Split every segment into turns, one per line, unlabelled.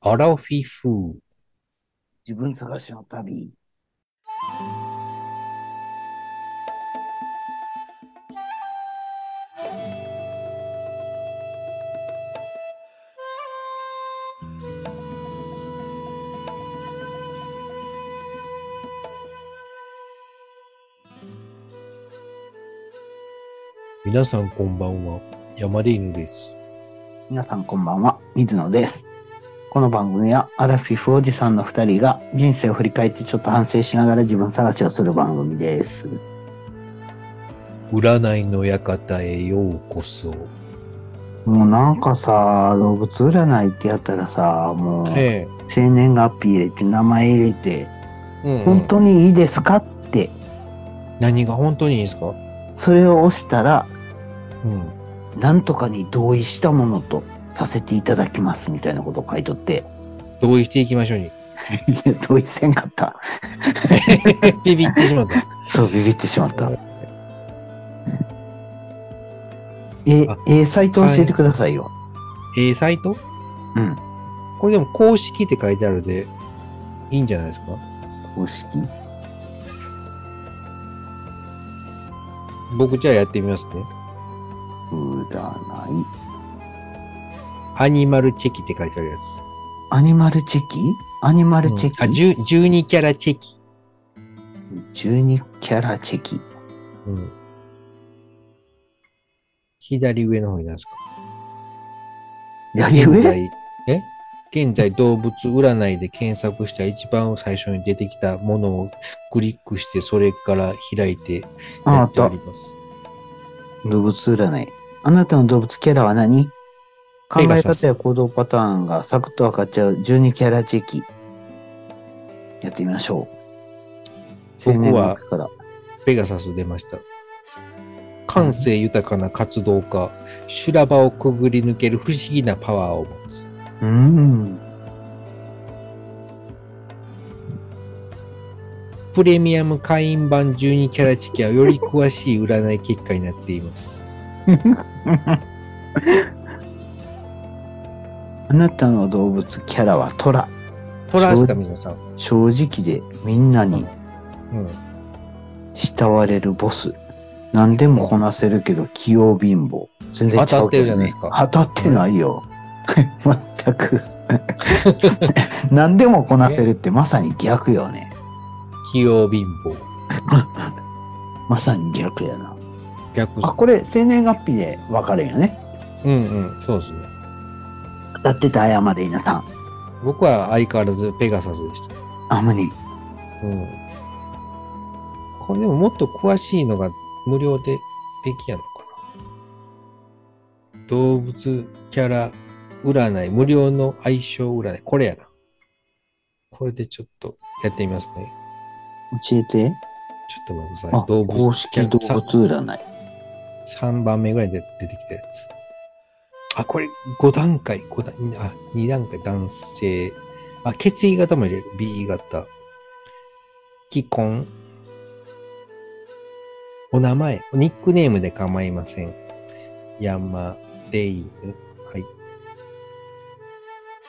アラフィフ
自分探しの旅。
皆さんこんばんは。山で犬です。
皆さんこんばんは、水野です。この番組はアラフィフおじさんの2人が人生を振り返ってちょっと反省しながら自分探しをする番組です。
占いの館へようこそ。
もうなんかさ、動物占いってやったらさ、もう
え
生年月日入れて名前入れて、
え。うん、
本当にいいですかって、
何が本当にいいですか
それを押したら、
うん。
なんとかに同意したものとさせていただきますみたいなことを書いと って、
同意していきましょうに。
いや同意せんかった。
ビビってしま った。
そう、ビビってしまった。え、え
あ
ー、サイト教えてくださいよ。
ええサイト
うん。
これでも公式って書いてあるで、いいんじゃないですか
公式。
僕じゃあやってみますね。
占い。
アニマルチェキって書いてあるやつ。
アニマルチェキアニマルチェ
あ、
キ、
10 12キャラチェキ。
?12 キャラチェキ。
うん。左上の方になんですか
左上
現在、え現在動物占いで検索した一番最初に出てきたものをクリックして、それから開いて
あ、
や
あ
っ
って
お
た
り。ます。
動物占い。あなたの動物キャラは何考
ペガ
え
サス
方や行動パターンがサクッと分かっちゃう12キャラチェキ。やってみましょう。青年
僕は
学から。
ペガサス出ました。感性豊かな活動家、修羅場をくぐり抜ける不思議なパワーを持つ。
うーん。
プレミアム会員版12キャラチェキはより詳しい占い結果になっています。
あなたの動物キャラはトラ。
トラですか、皆さん。
正直でみんなに
うん。
慕われるボス。何でもこなせるけど器用貧乏。全然違う
当たってる
けど、ね、
じゃないですか
当たってないよ。 全く。何でもこなせるってまさに逆よね。
器用貧乏。
まさに逆やな。
逆っす
あ、これ生年月日で分かるんよね。
うんうん、そうですね。
当たってた山で稲さん。
僕は相変わらずペガサスでした。
あまり。
うん。これでももっと詳しいのが無料でできやんのかな。動物キャラ占い、無料の相性占い。これやな。これでちょっとやってみますね。
教えて。
ちょっと待ってくださ
あ、
い。動物
公式動
キャ
物
ラ
占い。
さ3番目ぐらいで出てきたやつ。あ、これ5段階、5段、あ、2段階男性。あ、血液型も入れる。B 型。既婚。お名前、ニックネームで構いません。山、デイヌ。はい。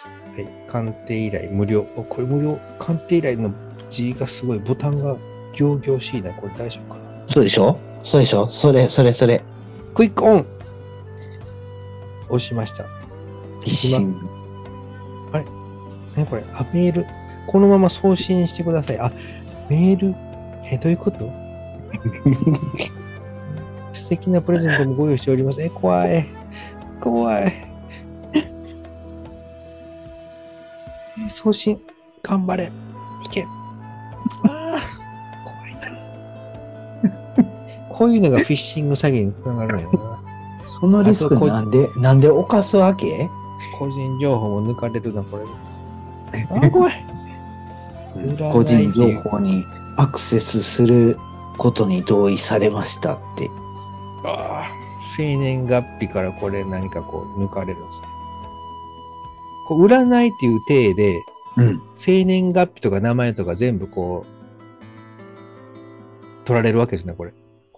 はい。鑑定依頼無料。おこれ無料。鑑定依頼の字がすごい。ボタンが行々しいな。これ大丈夫かな
そうでしょそうでしょそれ、それ、それ。
クイックオン押しました。
一心。
ね、これ、あ、メール。このまま送信してください。あ、メール。え、どういうこと 素敵なプレゼントもご用意しております。え、怖い。怖い。え送信、頑張れ。いけ。ああ、怖いな。 こういうのがフィッシング詐欺につながるのよな。
そのリスクなんで、なんで犯すわけ
個人情報も抜かれるな、これ。あ、怖い。占い
個人情報にアクセスすることに同意されましたって。
ああ、生年月日からこれ何かこう抜かれるんですね。こう占いっていう体で、
うん。
生年月日とか名前とか全部こう、取られるわけですね、これ。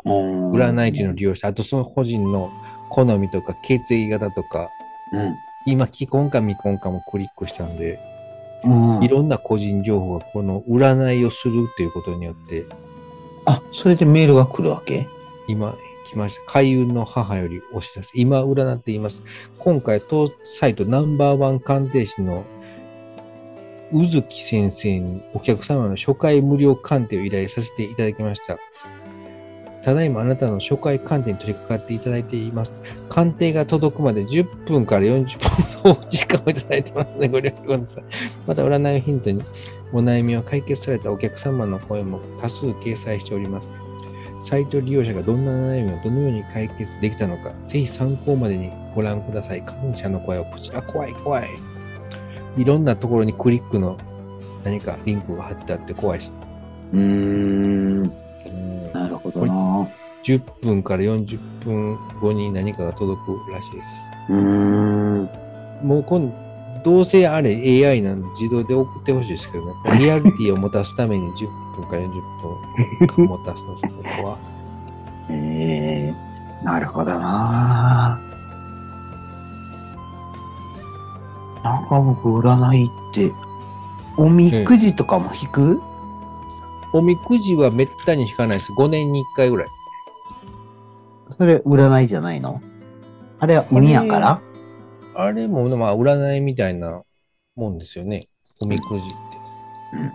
占いっていうのを利用して、あとその個人の好みとか血液型とか、
うん。
今、既婚か未婚かもクリックしたんで、
うん
いろんな個人情報がこの占いをするっていうことによって、
あ、それでメールが来るわけ
今、来ました。開運の母よりお知らせ。今、占っています。今回、当サイトナンバーワン鑑定士の宇月先生にお客様の初回無料鑑定を依頼させていただきました。ただいまあなたの初回鑑定に取り掛かっていただいています。鑑定が届くまで10分から40分のお時間をいただいてますので、ご了承ください。また、占いをヒントにお悩みを解決されたお客様の声も多数掲載しております。サイト利用者がどんな悩みをどのように解決できたのか、ぜひ参考までにご覧ください。感謝の声をこちら、怖い怖い。いろんなところにクリックの何かリンクが貼ってあって怖いし。
うーん、なるほどな。
10分から40分後に何かが届くらしいです。
うーん。
もう今度、どうせあれ AI なんで自動で送ってほしいですけどね。リアリティを持たすために10分から40分持たすんです、ここは。
えー、なるほどな。なんか僕、占いって、おみくじとかも引く、
おみくじはめったに引かないです。5年に1回ぐらい。
それ、占いじゃないのあれは鬼やから
あれも、まあ、占いみたいなもんですよね。おみくじって。
うん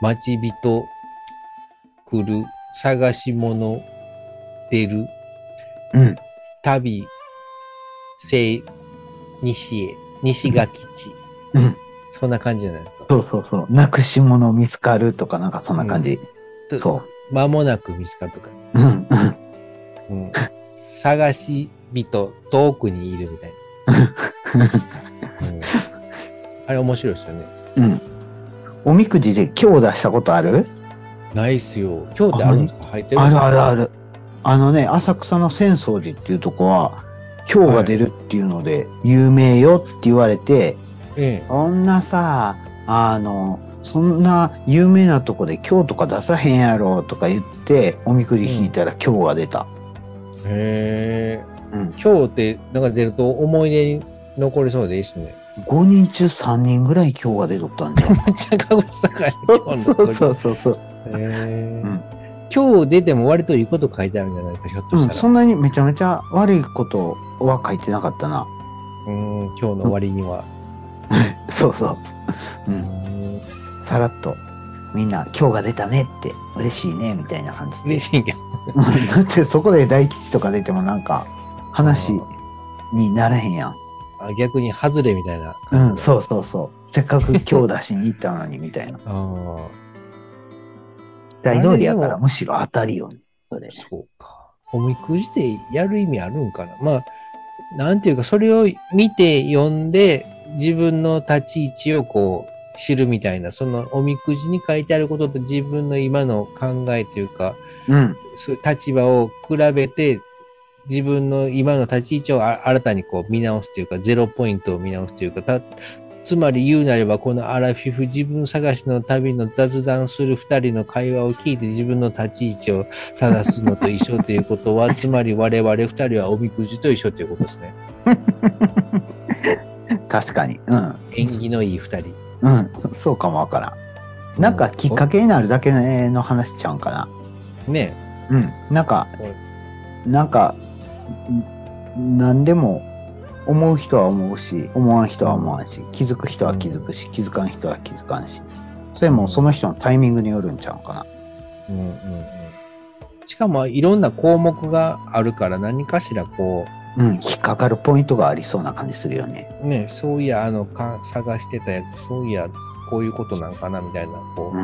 待ち人、来る、探し物、出る、
うん。
旅、西、西へ、西が基地。
うん
そんな感じじゃないですか。
そうそうそう。なくし物見つかるとか、なんかそんな感じ。
と
そ
間もなく見つかるとか。
う。うん、うん。
う ん、探し人、遠くにいるみたいな。うんあれ面白いですよね。
うん。おみくじで今日出したことある
ないっすよ。今日ってあるんですか入ってる
あるあるあ
る。
る。あのね、浅草の浅草寺っていうとこは、今日が出るっていうので、有名よって言われて、
ええ。
そんなさ、あの、そんな有名なとこで今日とか出さへんやろとか言って、おみくじ引いたら今日が出た。
へえ。
うん。
今日って、なんか出ると思い出に残りそうでいいっす ね。
5人中3人ぐらい今日が出とったんじゃん。
めっちゃ確率高い。。
そうそううそうそう。
へ
うん
え。今日出ても割といいこと書いてあるんじゃないか、ひょっと
う
し
ん、
た
そ
ら。
んなにめちゃめちゃ悪いことは書いてなかったな。
うん、今日の終わりには。
そうそう。う。
うんん
さらっと、みんな、今日が出たねって、嬉しいね、みたいな感じで。
嬉しいけど。
だってそこで大吉とか出てもなんか、話にならへんやん。
あ逆に外れみたいな
う
感
ん、
じ。
そうそうそう。せっかく今日出しに行ったのに、みた いな。
ああ、
期待通りやか
あれで
ら、
も
むしろ当たりよ、ね、それ。
そうか。おみくじでやる意味あるんかな。まあ、なんていうか、それを見て読んで、自分の立ち位置をこう、知るみたいな、そのおみくじに書いてあることと自分の今の考えというか、
うん。
そういう立場を比べて、自分の今の立ち位置をあ新たにこう見直すというか、ゼロポイントを見直すというか、たつまり言うなれば、このアラフィフ自分探しの旅の雑談する二人の会話を聞いて自分の立ち位置を正すのと一緒ということは、 つまり我々二人はおみくじと一緒ということですね。
確かに。うん。
縁起のいい二人。
うん。そそうかもわからん。なんかきっかけになるだけの話ちゃうんかな。
ね
うん、なんか、
は
なんか、ん何でも思う人は思うし、思わん人は思わんし、気づく人は気づくし、気づかん人は気づかんし、それもその人のタイミングによるんちゃうかな。
うんうんうん。しかも、いろんな項目があるから、何かしらこう、
うん、引っかかるポイントがありそうな感じするよね。
ね、そういや、あの、か探してたやつ、そういや、こういうことなんかな、みたいな、こ
う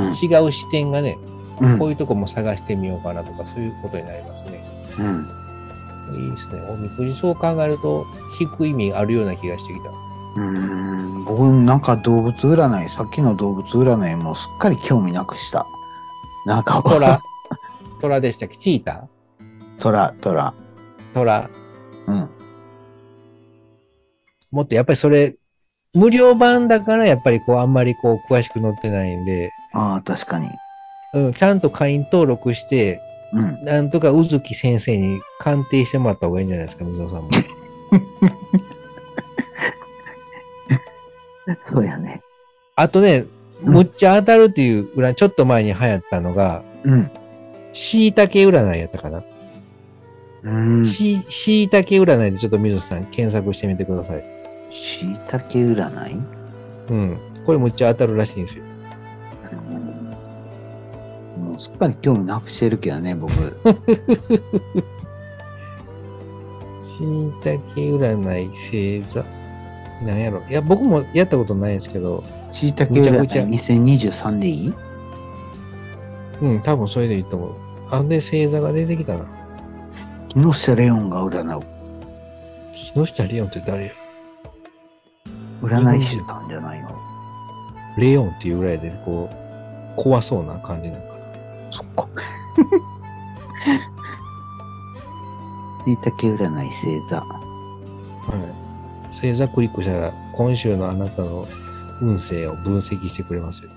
ん、うん、
う、違う視点がね、
うん
こういうとこも探してみようかなとか、そういうことになりますね。
うん。
いいですね。おみくじ、そう考えると、引く意味あるような気がしてきた。
うーん僕なんか動物占いさっきの動物占いもすっかり興味なくしたなんか
ト ラ、トラでしたっけチータ
トラトラ
ートラ。
うん
もっとやっぱりそれ、無料版だから、やっぱりこう、あんまりこう、詳しく載ってないんで、
ああ確かに
うん、ちゃんと会員登録して、
うん
なんとか宇月先生に鑑定してもらった方がいいんじゃないですか、水野さんも。
そうやね。
あとね、
うん
むっちゃ当たるっていう占い、ちょっと前に流行ったのが、
うん。
椎茸占いやったかな。
うん。し
し椎茸占いでちょっと水野さん検索してみてください。
いたけ占い、
うん。これむっちゃ当たるらしいんですよ。
もうすっかり興味なくしてるけど ね、僕。
椎茸占い星座。なんやろ。いや、僕もやったことないんですけど、
しいたけ
むちゃ
占
くちゃ
い2023でいい
うん、多分それでいいと思う。あんで星座が出てきたな。
木下レオンが占う。
木下レオンって誰や
占い師なんじゃないの
レオンっていうぐらいで、こう、怖そうな感じなんかな。
そっか。 しいたけ占い星座。
はい。星座クリックしたら、今週のあなたの運勢を分析してくれますよ。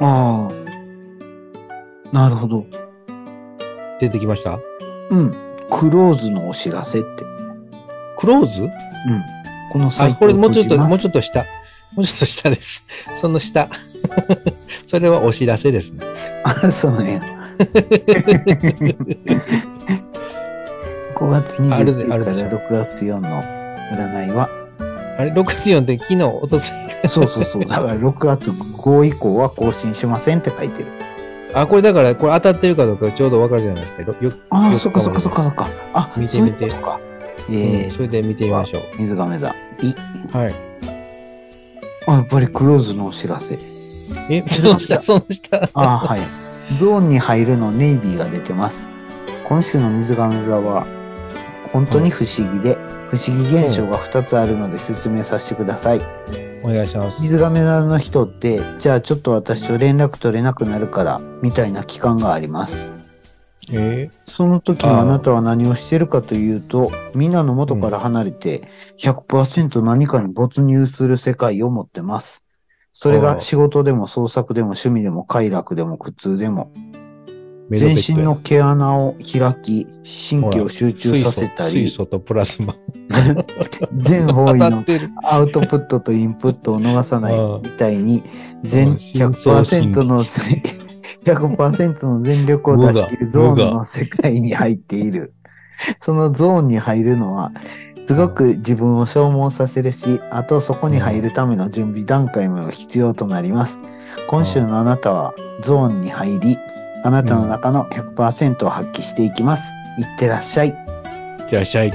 ああ。なるほど。
出てきました
うん。クローズのお知らせって。
クローズ
うん。このサイ
あ、
ト
これもうちょっと、もうちょ
っ
っと下。もうちょっと下です。その下。 それはお知らせですね。
と。あ、 そ うね。5月
ある
29
で
日
あ
か
る
ら
でしょ
6月4の占いは、
あれ、64って昨日、おとつい。
そうそう そう、だから6月5以降は更新しませんって書いてる。
あ、これだから、これ当たってるかどうかちょうどわかるじゃないですか。よよ
ああ、
よ
そっかそっかそっかそっか。あ、
見てみて
そういうことか。
うん
え
それで見てみましょ
ー、水亀座。い
う。はい。
あ、やっぱりクローズのお知らせ。
え、その下、その下。
あ あ、はい。ゾーンに入るのネイビーが出てます。今週の水亀座は、本当に不思議で、不思議現象が2つあるので説明させてください。
お願いします。
水亀座の人って、じゃあちょっと私と連絡取れなくなるから、みたいな期間があります。
え
その時
あー
のあなたは何をしてるかというと、みんなの元から離れて、100%何かに没入する世界を持ってます。それ
あー
が仕事でも創作でも趣味でも快楽でも苦痛でも、
メドベ
全
ッドや
身の毛穴を開き、神経を集中させ
水素
た
水
り、
素とプラスマ。
全方
当
位
たっ
の
てる。
アウトプットとインプットを逃さない
うん
みたいに、全
深層神経
100%の、100%の全力を出し切るゾーンの世界に入っている。そのゾーンに入るのは、すごく自分を消耗させるし、あとそこに入るための準備段階も必要となります。今週のあなたはゾーンに入り、あなたの中の100%を発揮していきます。いってらっしゃい。
いってらっしゃい。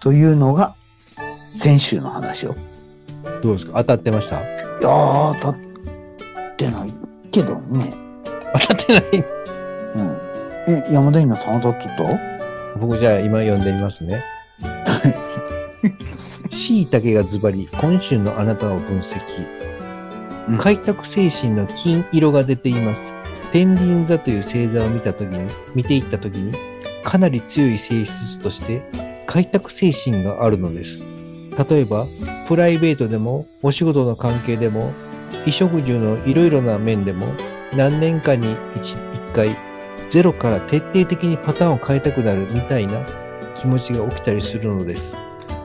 というのが、先週の話を。
どうですか当たってました
いやー、当たってないけどね。
当たってない。
うん。え、山田稲さん当たっとっ
僕じゃあ今読んでみますね。しいたけがズバリ、今週のあなたを分析
う。ん
開拓精神の金色が出ています。天秤座という星座を見たときに、見ていったときに、かなり強い性質として、開拓精神があるのです。例えば、プライベートでも、お仕事の関係でも、衣食住のいろいろな面でも、何年かに 1, 回、ゼロから徹底的にパターンを変えたくなるみたいな気持ちが起きたりするのです。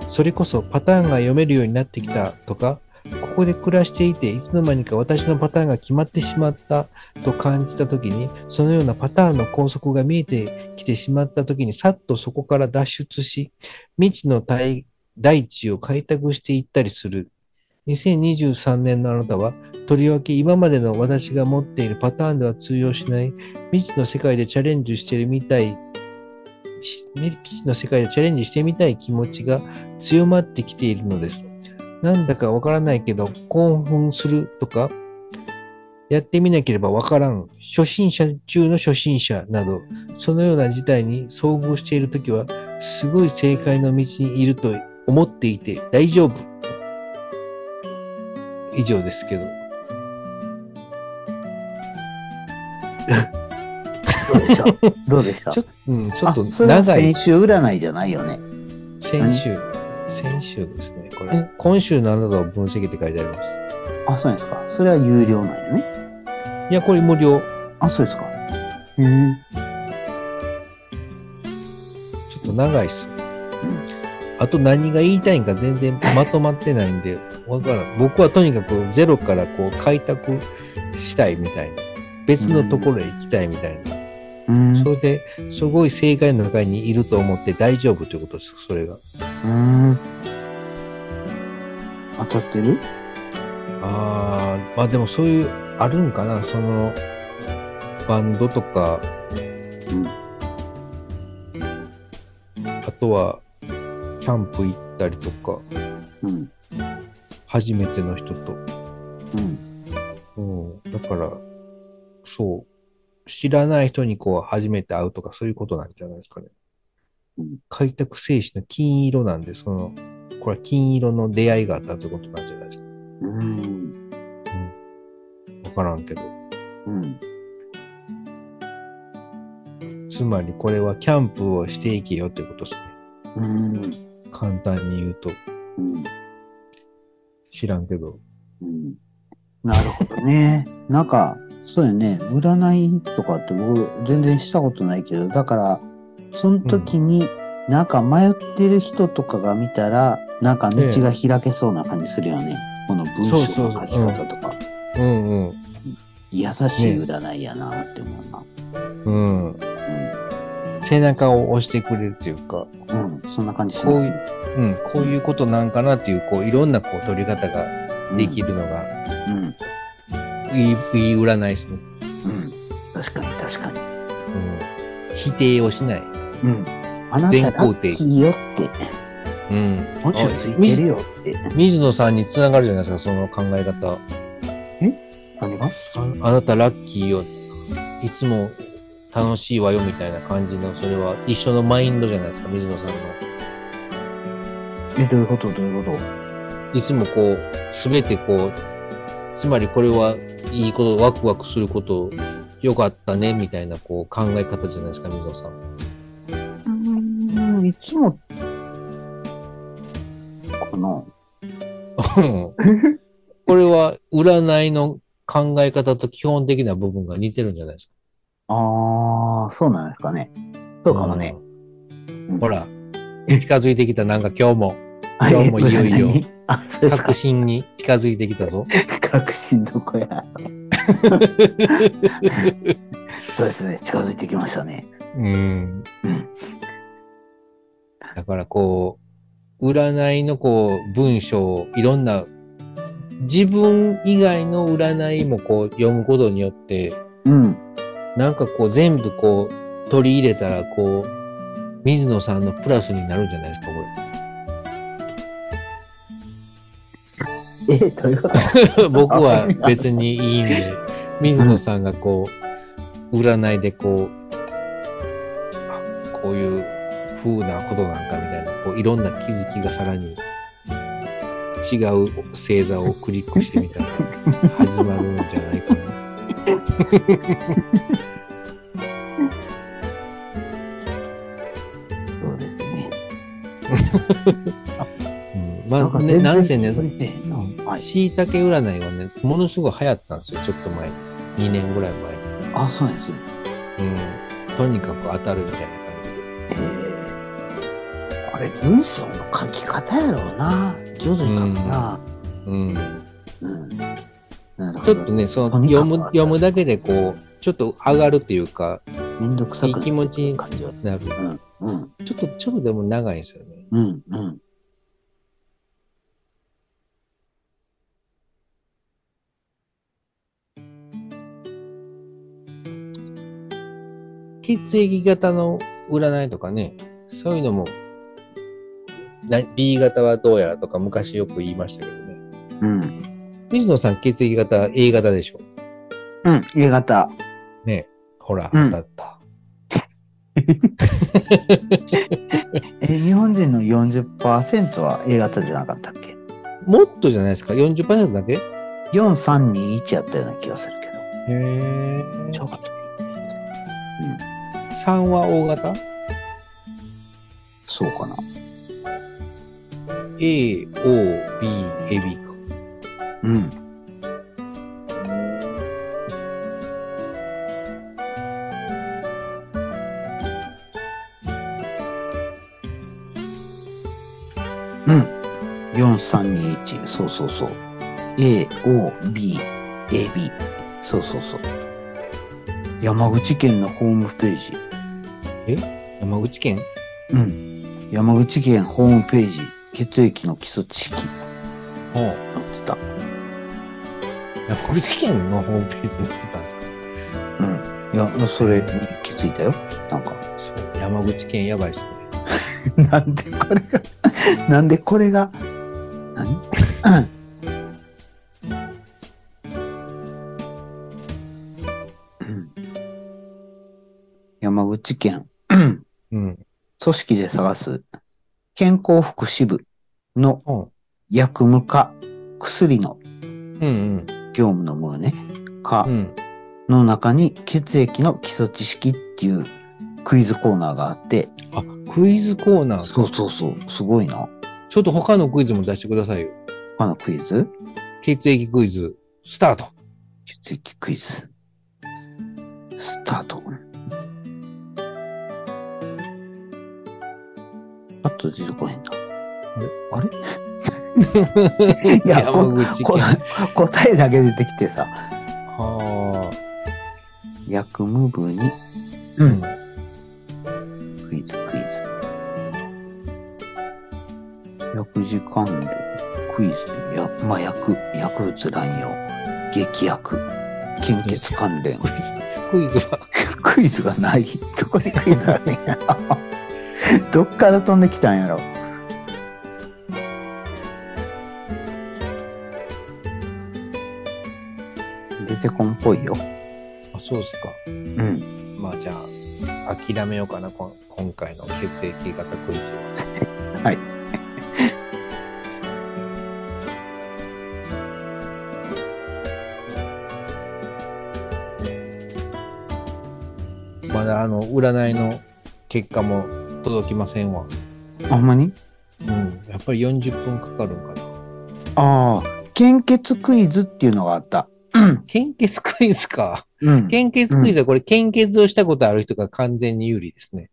それこそパターンが読めるようになってきたとか、ここで暮らしていていつの間にか私のパターンが決まってしまったと感じた時に、そのようなパターンの拘束が見えてきてしまった時に、さっとそこから脱出し、未知の大大地を開拓していったりする。2023年のあなたは、とりわけ今までの私が持っているパターンでは通用しない未知の世界でチャレンジしてるみたい、し未知の世界でチャレンジしてみたい気持ちが強まってきているのです。なんだかわからないけど、興奮するとか、やってみなければわからん、初心者中の初心者など、そのような事態に遭遇しているときは、すごい正解の道にいると思っていて大丈夫。以上ですけど。
たどうでした どうでした
ちょっと、うん、ちょっと
あそれは
長い
先週占いじゃないよね。
先週、先週ですね、これ
え。
今週のあなたを分析って書いてあります。
あ、そうなんですか。それは有料なんよね。
いや、これ無料。
あ、そうですか。うん。
ちょっと長いっす。
ん
あと何が言いたいんか全然まとまってないんで、 わからん。僕はとにかくゼロからこう開拓したいみたいな。別のところへ行きたいみたいな。
うん。
それで、すごい正解の中にいると思って大丈夫ということです、それが。
うん。当たってる
ああ、まあでもそういう、あるんかな、その、バンドとか、
うん
あとは、キャンプ行ったりとか、
うん。
初めての人と。
うん。
うん。だから、そう、知らない人にこう、初めて会うとか、そういうことなんじゃないですかね
うん。
開拓精神の金色なんで、その、これは金色の出会いがあったということなんじゃないですか
うん。。
わからんけど。
うん。
つまりこれはキャンプをしていけよってことですね。
うん。
簡単に言うと。
うん。
知らんけど。
うんなるほどね。なんか、そうやね。占いとかって僕全然したことないけど、だから、その時に、なんか迷ってる人とかが見たら、なんか道が開けそうな感じするよね。この文章の書き方とか。
うん
優しい占いやなって思うな。
うん。うん。背中を押してくれるというか、
うん。うん。そんな感じし
こ
ま
うい
す。
う、うん、こういうことなんかなっていう、こう、いろんなこう取り方ができるのが、
うん。うん。うん。
いい、いい占いですね。
確かに、確かに。
うん。否定をしない。
うん。あなた
全
ラ
肯定
ッキーよって、
うん。
もちろんついてるよって。
水野さんにつながるじゃないですか、その考え方。
何が
ああなたラッキーよ。いつも楽しいわよみたいな感じの、それは一緒のマインドじゃないですか、水野さんの。
え、どういうことどういうこと
いつもこう、すべてこう、つまりこれはいいこと、ワクワクすること、よかったね、みたいなこう考え方じゃないですか、水野さん。
うーんいつも、この、
これは占いの考え方と基本的な部分が似てるんじゃないですか。
ああ、そうなんですかね。そうかもね。
うん。ほら、近づいてきた、なんか今日も
あ、
今日もいよいよ
え。あ、そうですか
確。信に近づいてきたぞ。
確信どこや。 そうですね。近づいてきましたね。
うん。
うん。
だからこう、占いのこう、文章をいろんな、自分以外の占いもこう、読むことによって、
うん。
なんかこう、全部こう、取り入れたら、こう、水野さんのプラスになるんじゃないですか、
え、どういうこと
これ。 僕は別にいいん で、水野さんがこう、占いでこう、あこういう風なことなんかみたいな、こう、いろんな気づきがさらに違う星座をクリックしてみたら、 始まるんじゃないかな。
そうですね。
うんまあ、ね、なんせね、
それてへんなはい。
しいたけ占いはね、ものすごい流行ったんですよ、ちょっと前に。2年ぐらい前に。
あ、そうなんですね。
うん。とにかく当たるみたいな感じで。
えー、これ文章の書き方やろうな。上手に書くな。
うん。
うん。な
ちょ
るほ
っと
ど。
ね、そ
と
の、
にかく
読む、読むだけでこう、ちょっと上がるっていうか、
めんどくさくなってくる
いい気持ちに
感じは。
なる。
うん。うん。
ちょっと、ちょっとでも長いんですよね。
うん。うん。
血液型の占いとかね、そういうのも、な B 型はどうやらとか昔よく言いましたけどね。
うん。
水野さん血液型 A 型でしょ
うん。A 型。
ね。ほら、
う
当
ん
たった。
え、日本人の40%は A 型じゃなかったっけ
もっとじゃないですか ?40% だけへ
?4321 やったような気がするけど。
え。
ちょっと。うん。
3は大型
そうかな。
?A、O、B、エビか。
うん。うん。4321。そうそうそう。A, O, B, A, B。そうそうそう。山口県のホームページ。
山口県
うん。山口県ホームページ。血液の基礎知識。載ってた。
山口県のホームページに載ってたんですか
うん。いや、それに気づいたよ。なんか。
そう山口県やばいっすね。
なんでこれが、なんでこれが、何うん山口県、組
うん。
織で探す、健康福祉部の
うん。
薬務課、薬の
うん
業務のムーね、課
うん。うん。
の中に血液の基礎知識っていうクイズコーナーがあって、
あ、クイズコーナー。
そうそうそう、すごいな。
ちょっと他のクイズも出してくださいよ。
他のクイズ
血液クイズ、スタート。
血液クイズ。スタート。あと出てこへんな。あれ いや
山口
こ
県。
答えだけ出てきてさ。
は
薬務部に、
あ。
う
うんん。。
クイズクイズ。薬事関連、クイズ、や麻薬、薬物乱用、劇薬、献血関連。
クイズは、
クイズがない。どこにクイズあるんや。どっから飛んできたんやろ。出てこんっぽいよ。
あ、そうですか。
うん。
まあじゃあ、諦めようかな、こん今回の血液型クイズは。
はい。
まだあの、占いの結果も届きませんわ。
あ、ほんまに
うん。やっぱり40分かかるんかな。
ああ、献血クイズっていうのがあった。うん。
献血クイズか。
うん。
献血クイズはこれ、献血をしたことある人が完全に有利ですね。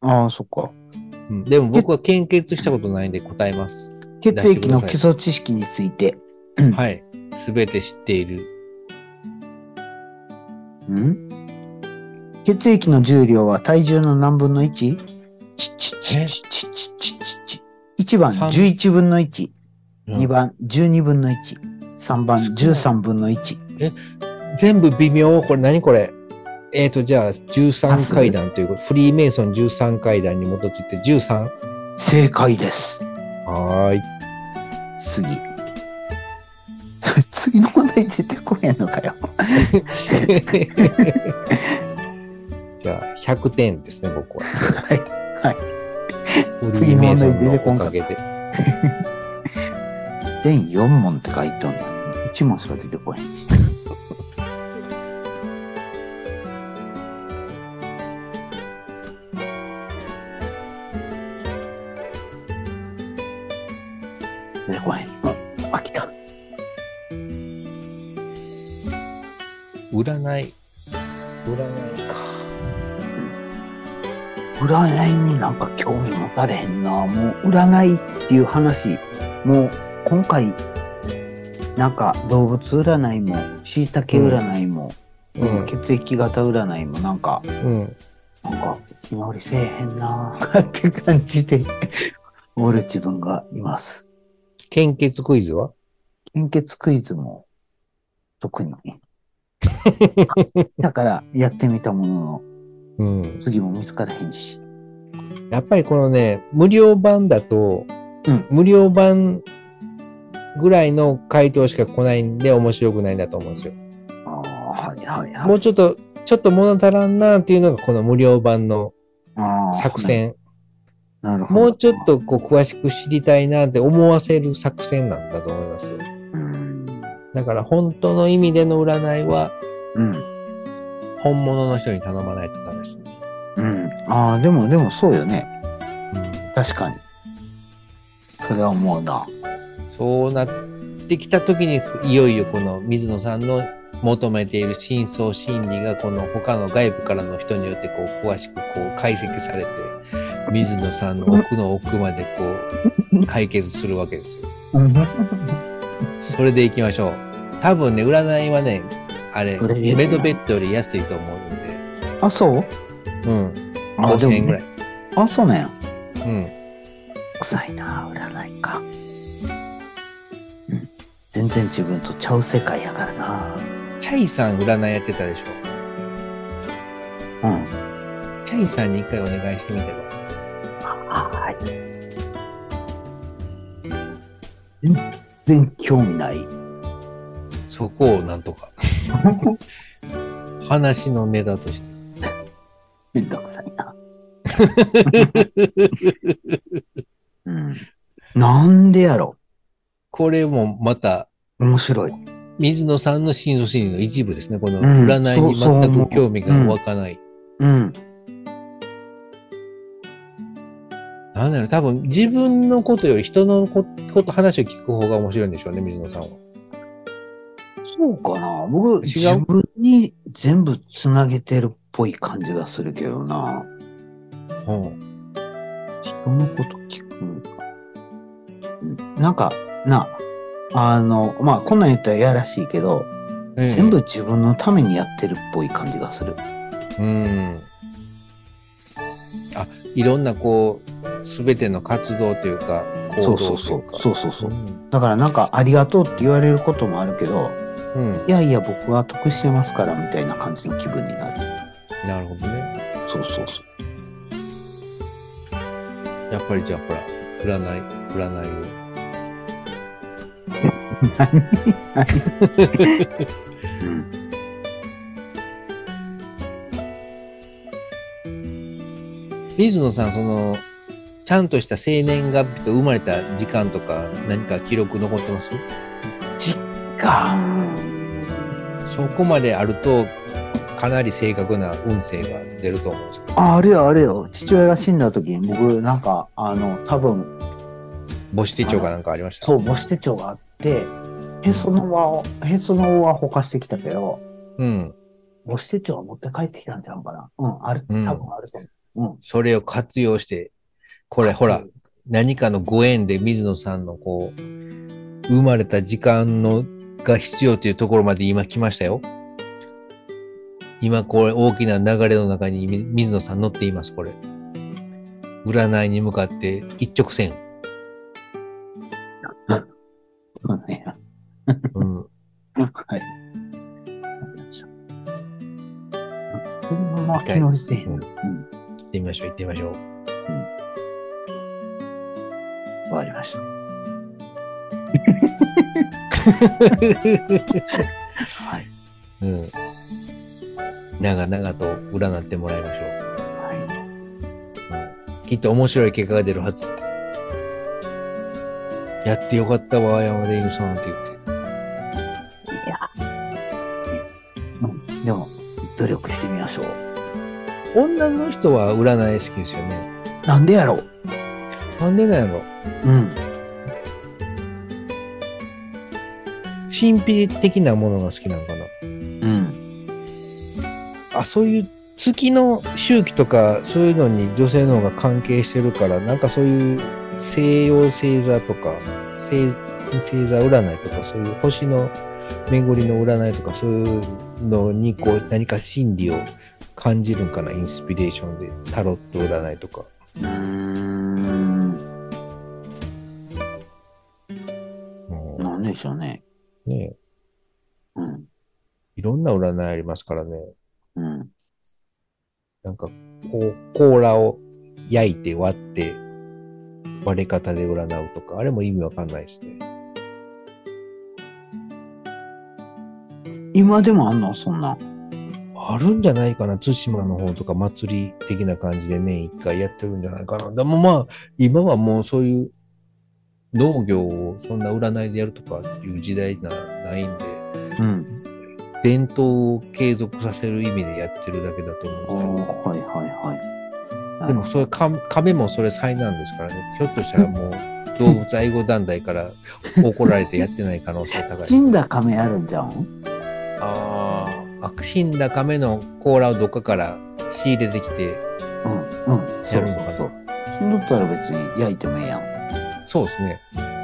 ああ、そっか。
うん。でも僕は献血したことないんで答えます。
血液の基礎知識について。うん
はい。すべて知っている。
うん血液の重量は体重の何分の 1? ちちちちちちちちち1番
三
11分の1、
うん
2番12分の1、3番13分の1。
全部微妙。これ何これえっ、ー、と、じゃあ、
あそ
13
う
階段ということ。フリーメイソン13階段に基づいて 13?
正解です。
はーい。
次。 次の問題出てこへんのかよ。
じゃあ、100点ですね、僕は。。
はい。はい
フリ
次
ー
の
メイ
問
ソ
題
ン
出
の
てこ
お
んか
か
った
げで。
全4問って書いとんのに1問しか出てこへんし。 出てこへん。あ、飽きた。
占い。占いか。
占いになんか興味持たれへんな。もう占いっていう話、もう今回、なんか動物占いも、椎茸占いも、
うん。
血液型占いもなんか、
うん。
なんか、今よりせえへんなーって感じで、俺自分がいます。
献血クイズは
献血クイズも、特に。だから、やってみたものの、
うん。
次も見つからへんし。
やっぱりこのね、無料版だと、
うん
無料版ぐらいの回答しか来ないんで面白くないんだと思うんですよ。
ああ、はいはい
も
は
う
い。
ちょっと、ちょっと物足らんなっていうのがこの無料版の
あー
作。戦。
なるほど。
もうちょっとこう詳しく知りたいなって思わせる作戦なんだと思いますよ。
うん。
だから本当の意味での占いは
うん。
本物の人に頼まないとダメですね。
ううん。ああ、でも、でもそうよね。確かに。それは思うな。
そうなってきた時にいよいよこの水野さんの求めている真相心理がこの他の外部からの人によってこう詳しくこう解析されて水野さんの奥の奥までこう解決するわけですよ。それでいきましょう。多分ね占いはねあれ
これいいな
メドベッドより安いと思うんで、
あ、そう
うん、
あ、で
5000円ぐ
も
らい。。
あ、そうなんや。
うん
臭いな、占いか。うん。全然自分とちゃう世界やからな。
チャイさん占いやってたでしょ。
うん。
チャイさんに一回お願いしてみては
はい。全然興味ない。
そこをなんと か。話のネタとして。
めんどくさい な。うん。なんでやろ
これもまた、
面白い。
水野さんの真相心理の一部ですね。この
うん
占いに
そうそう
全
思う
く興味が湧かない。
うん。
なんだろう、多分自分のことより人のここと話を聞く方が面白いんでしょうね、水野さんは。
そうかな。僕、
違
自
う
分に全部つなげてるっぽい感じがするけどな。
うん。
人のこと聞く。うんなんか、な、あの、まあ、こんなん言ったらやらしいけど、
ええ
全部。自分のためにやってるっぽい感じがする。
うん。あ、いろんなこう、すべての活動というか、行
そ
動
う
とい
そうう
か。
そう。そうそうそうう。
ん
だからなんか、ありがとうって言われることもあるけど、
うん。
いやいや、僕は得してますから、みたいな感じの気分になる。
なるほどね。
そうそうそ
やっぱりじゃあほら、占い、占
う。うん。
いを。水野さん、その、ちゃんとした生年月日と生まれた時間とか何か記録残ってます
か
そこまであると、かなり正確な運勢が出ると思うんですけど、
あ、あれよ、あれよ。父親が死んだ時に、僕、なんか、あの、多分、
母子手帳かなんかありました
そう、母子手帳があって、へその輪を、へその緒はほかしてきたけど、
うん。
母子手帳は持って帰ってきたんちゃうかな。うん、ある、多
うん
分あると思う。うん。
それを活用して、これほら、何かのご縁で水野さんのこう、生まれた時間のが必要というところまで今来ましたよ。今これ大きな流れの中にみ水野さん乗っています、これ。占いに向かって一直線。
そうね。
うん。
はい。このまま気乗りせえへん。うん。
行ってみましょう、行ってみましょう。
終わりました。 はい。
うん。長々と占ってもらいましょ
は
う。きっと面白い結果が出るはず。やってよかったわ、山田犬さんって言って。
い。うん。でも、努力してみましょう。
女の人は占い好きですよね。
なんでやろう
なんでなんやろ
うん。
神秘的なものが好きなのかな
うん。
あ、そういう月の周期とか、そういうのに女性の方が関係してるから、なんかそういう西洋星座とか、星星座占いとか、そういう星の巡りの占いとか、そういうのにこう何か心理を感じるんかな、インスピレーションで。タロット占いとか。
うーん。
うん
なんでしょうね。
ねえ
うん。
いろんな占いありますからね。
うん。
なんか、こう、甲羅を焼いて割って、割れ方で占うとか、あれも意味わかんないですね。
今でもあんのそんな。
あるんじゃないかな対馬の方とか祭り的な感じで年一回やってるんじゃないかな。でもまあ、今はもうそういう農業をそんな占いでやるとかっていう時代なないんで、
うん。
伝統を継続させる意味でやってるだけだと
ああ、
思うんです
はいはい
け
は
ど
い。
でもそれカ亀もそれ災難ですからねひょっとしたらもう動物愛護団体から怒られてやってない可能性高い
死んだ亀あるんじゃん
ああ死んだ亀の甲羅をどっかから仕入れてきて
うんうん。そう
やるのか
そ
な
うそう。死んどったら別に焼いてもええやん。
そうですね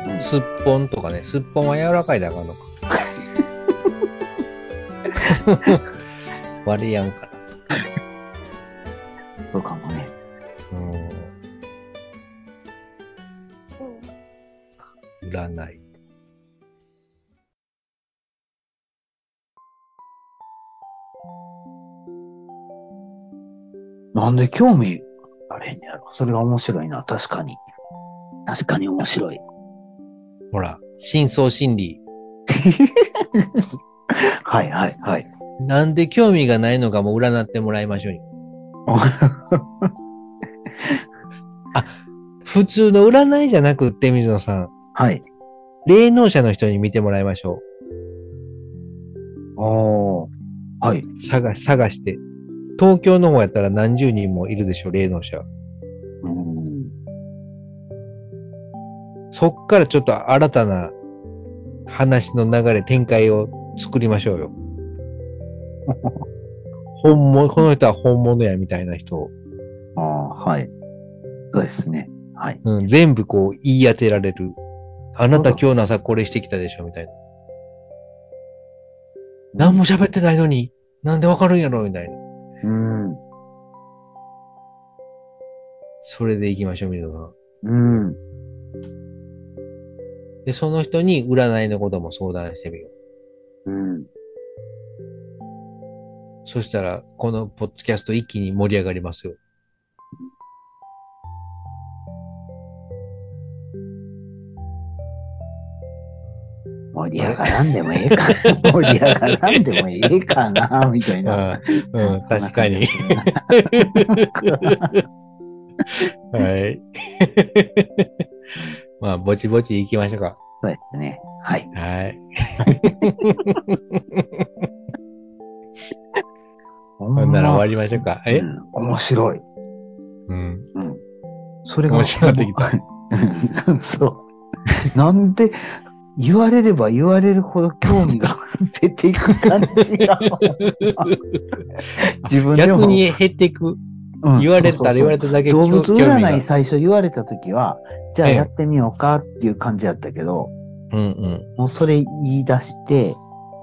うん
すっぽんとかねすっぽんは柔らかいだからのか割れやんから
そうかもね。
うん占い
なんで興味あれへんねやろ。それが面白いな。確かに。確かに面白い。
ほら深層心理
はいはい はい。
なんで興味がないのかも占ってもらいましょうよ普通の占いじゃなくって水野さん
はい。
霊能者の人に見てもらいましょ
おー。はい。
う探し探して東京の方やったら何十人もいるでしょ霊能者
うん。
そっからちょっと新たな話の流れ、展開を作りましょうよ。本物、この人は本物やみたいな人を、
ああ、はい。そうですね。はい。
うん、全部こう言い当てられる。あなた今日の朝これしてきたでしょみたいな。何も喋ってないのに、なんでわかるんやろみたいな。
うん。
それで行きましょう、み野さん。
うん。
で、その人に占いのことも相談してみよう。
うん。
そしたら、このポッドキャスト一気に盛り上がりますよ。
盛り上がらんでもええか な。盛り上がらんでもええかな、みたいな。
うん、 うん、確かに。。 はい。 まあ、ぼちぼち行きましょうか。
そうですね。はい。
はい。
ほ
ほんなら終わりましょうか。え
うん面白い。
うん。
うん。それが
面白くなってきた
うん そう。なんで、言われれば言われるほど興味が 出ていく感じ が。自分でも。
逆に減っていく。
うん
言われたら言われただけ
動物
興興味が
占い最初言われた時は、じゃあ
ええ
やってみようかっていう感じだったけど、
うんうん
もうそれ言い出して、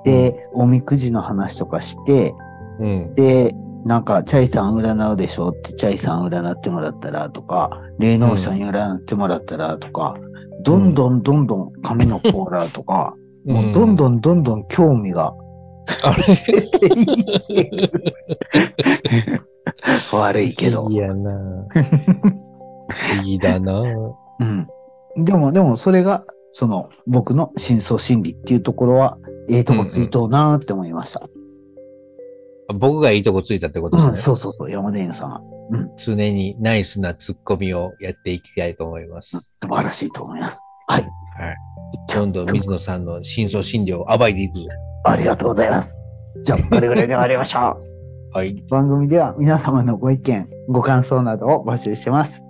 で、おみくじの話とかして、。
うん。
で、なんか、チャイさん占うでしょって、チャイさん占ってもらったらとか、霊能者に占ってもらったらとか、どんどんどんどん髪のコーラとか、もうどん
ん。
どんどんどん興 味が
あ れ
出ていってる悪いけ
不
ど
思議。やな不思議だな
うん。でも、でも、それが、その、僕の真相心理っていうところは、ええとこついとうなーって思いました。
僕がいいとこついたってこと
うん、
ですね。
そうそうそう、山田犬さんが
常にナイスなツッコミをやっていきたいと思います。
素晴らしいと思います。はい。
はい。どんどん水野さんの真相心理を暴いていくぞ。
ありがとうございます。じゃあ、これぐらいで終わりましょう。
はい。
番組では皆様のご意見、ご感想などを募集してます。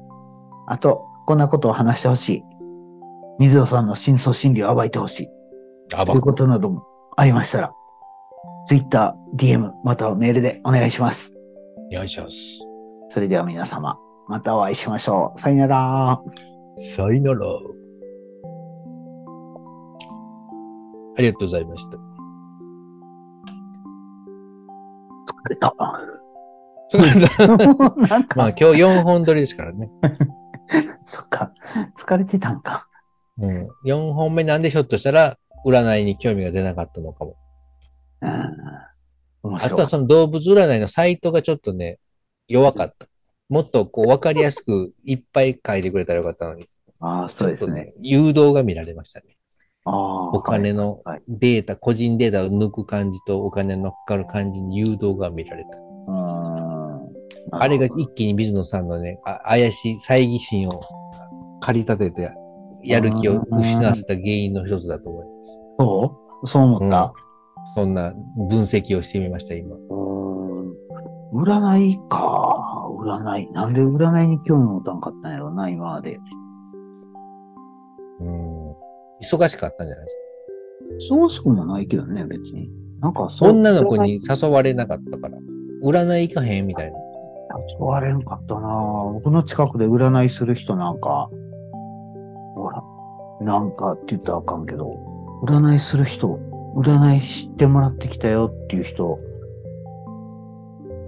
あと、こんなことを話してほしい。水尾さんの真相心理を暴いてほしい。と
暴
いう
く。
ことなどもありましたら、Twitter、DM、またはメールでお願いします。
よいしょっす。
それでは皆様、またお会いしましょう。さよなら。
さよなら。ありがとうございま した。
疲れ た。なん
まあ
か、
今日4本撮りですからね。
そっか、疲れてたんか。
うん。4本目なんでひょっとしたら占いに興味が出なかったのかも。
うん。面
あ
白
と
い
は。その動物占いのサイトがちょっとね、弱かった。もっとこう分かりやすくいっぱい書いてくれたらよかったのに、
ああ、
ち
そう
ょっ
で
と
すね。
ね、誘導が見られましたね。
ああ。
お金の
はい
データ、個人データを抜く感じとお金のかかる感じに誘導が見られた。
うーん
あれが一気に水野さんのね、あ怪しい猜疑心を駆り立てて、やる気を失わせた原因の一つだと思います。
そうそう思った。
そんな分析をしてみました、今。
うーん占いか。占い。なんで占いに興味持たんかったんやろうな、今まで。
うん。忙しかったんじゃないですか。
そうしくもないけどね、別に。なんかそう、
女の子
占い
に誘われなかったから。占い行かへんみたいな。
誘われんかったな僕の近くで占いする人なんか、ほら、なんかって言ったらあかんけど、占いする人、占い知ってもらってきたよっていう人、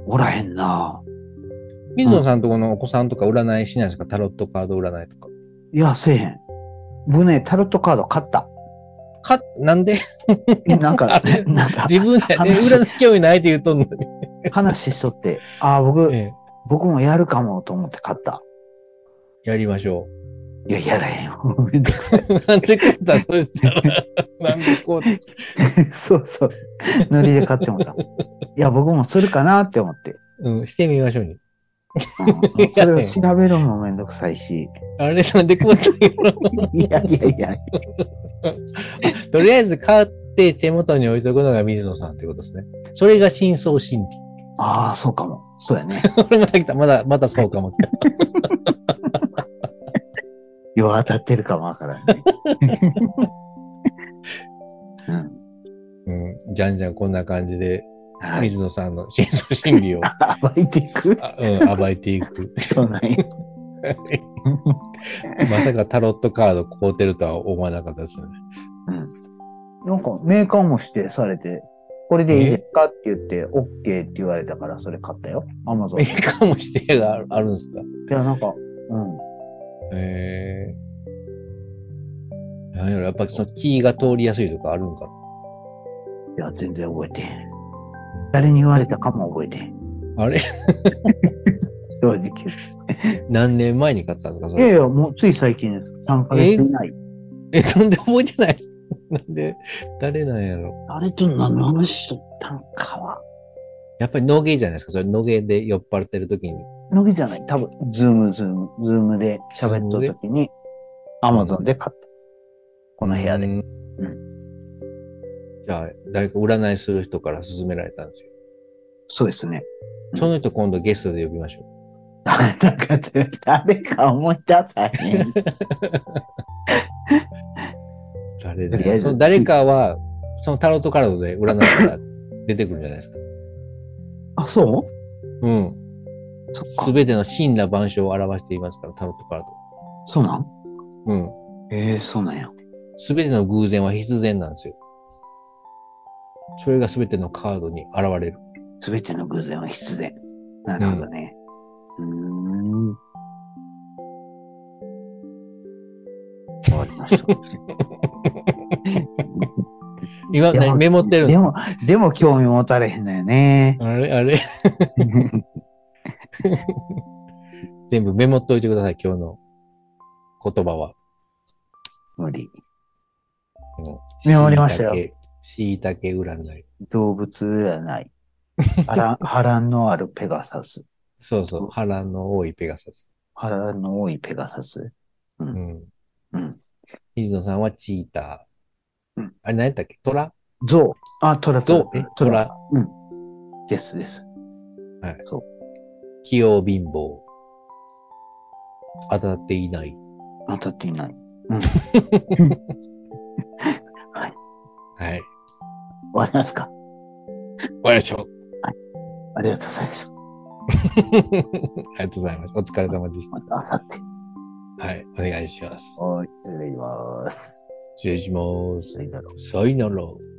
おらへんな
水野さんとこのお子さんとか占いしないですかタロットカード占いとか。
いや、せえへん。僕ね、タロットカード買った。
か、なんで
え、なん か
あれ、
なんか、
自分で、え
話
占い興味ないって言うとんのに。
話しとって、ああ、僕、
ええ
僕もやるかもと思って買った。
やりましょ。
いや、やらへんよ。 めんどくさい う
なんで買ったそしたら。なんでこう。
そうそう。ノリで買ってもらった。いや、僕もするかなって思って。
うん、してみましょうに。
うん、それを調べるのもめんどくさい し。
あれなんでこうっていうの
いやいやいや、
とりあえず買って手元に置いとくのが水野さんってことですね。それが真相心理。
ああ、そうかも。そうやね。
これまた来た。まだ、またそうかも。
よう当たってるかもわからんね。うん。
うん。じゃんじゃんこんな感じで、
はい。
水野さんの真相心 理を、
暴いていく
あうん、暴いていく。
そうなんや。
まさかタロットカード買うてるとは思わなかったです よね。
なんか、メーカーも指定されて、これでいいですかって言って、OK って言われたから、それ買ったよ。アマゾン。
メ
い
ーカーも指定があるあるんですか
や、なんか、うん。
へえ。なんやろ、やっぱそのキーが通りやすいとかあるんか
いや、全然覚えてへん。誰に言われたかも覚えてへん。
なあれ
正直言って。
何年前に買ったんですかそ
いやい
れ。
や、もうつい最近です。3ヶ月以内。
え、なんで覚えてないなんで、誰なんやろ。
あれと何の話しとったんかは。
やっぱりノゲじゃないですか。それノゲで酔っ払ってる時に。
のぎじゃない。多分、ズーム、ズーム、ズームで喋っとるときに、アマゾンで買った。この部屋で。
うんじゃあ、誰か占いする人から勧められたんですよ。
そうですね。 うん
その人今度ゲストで呼びましょう。
なんか、誰か思い出さへん。
誰
とりあえ
で
ず
その誰かは、そのタロットカードで占いから出てくるんじゃないですか。
あ、そう
うん。
そっ
す
か。
べての真羅万象を表していますから、タロットカー
そうなん
ド。うん。
ええそうなんや。
すべての偶然は必然なんですよ。それがすべてのカードに現れる。
すべての偶然は必然。なるほどね。うーん。わかりま した。
今、
でも
何メモってるんで
ですも、でも興味持たれへんのよね。
かあれあ れ全部メモっといてください、今日の言葉は。
無理。
うん
メモりましたよ。
しいたけ占い。
動物占い。腹腹のあるペガサス。
そうそう、腹の多いペガサス。
腹の多いペガサス。う。
うんん。
うん。
水野さんはチーター。
うん
あれ何やったっけトラ
ゾウ。あ、トラ
ゾウえトラ。
うん。ですです。
器用貧乏。当たっていない。
当たっていない。
はい。
終わりますか
終わりましょ う。
ありがとうございました。
ありがとうございます。お疲れ様でし
また明後日。
た。はい。お願いします。
はい。失礼します。
失礼します
失。礼だろう。
さよなら。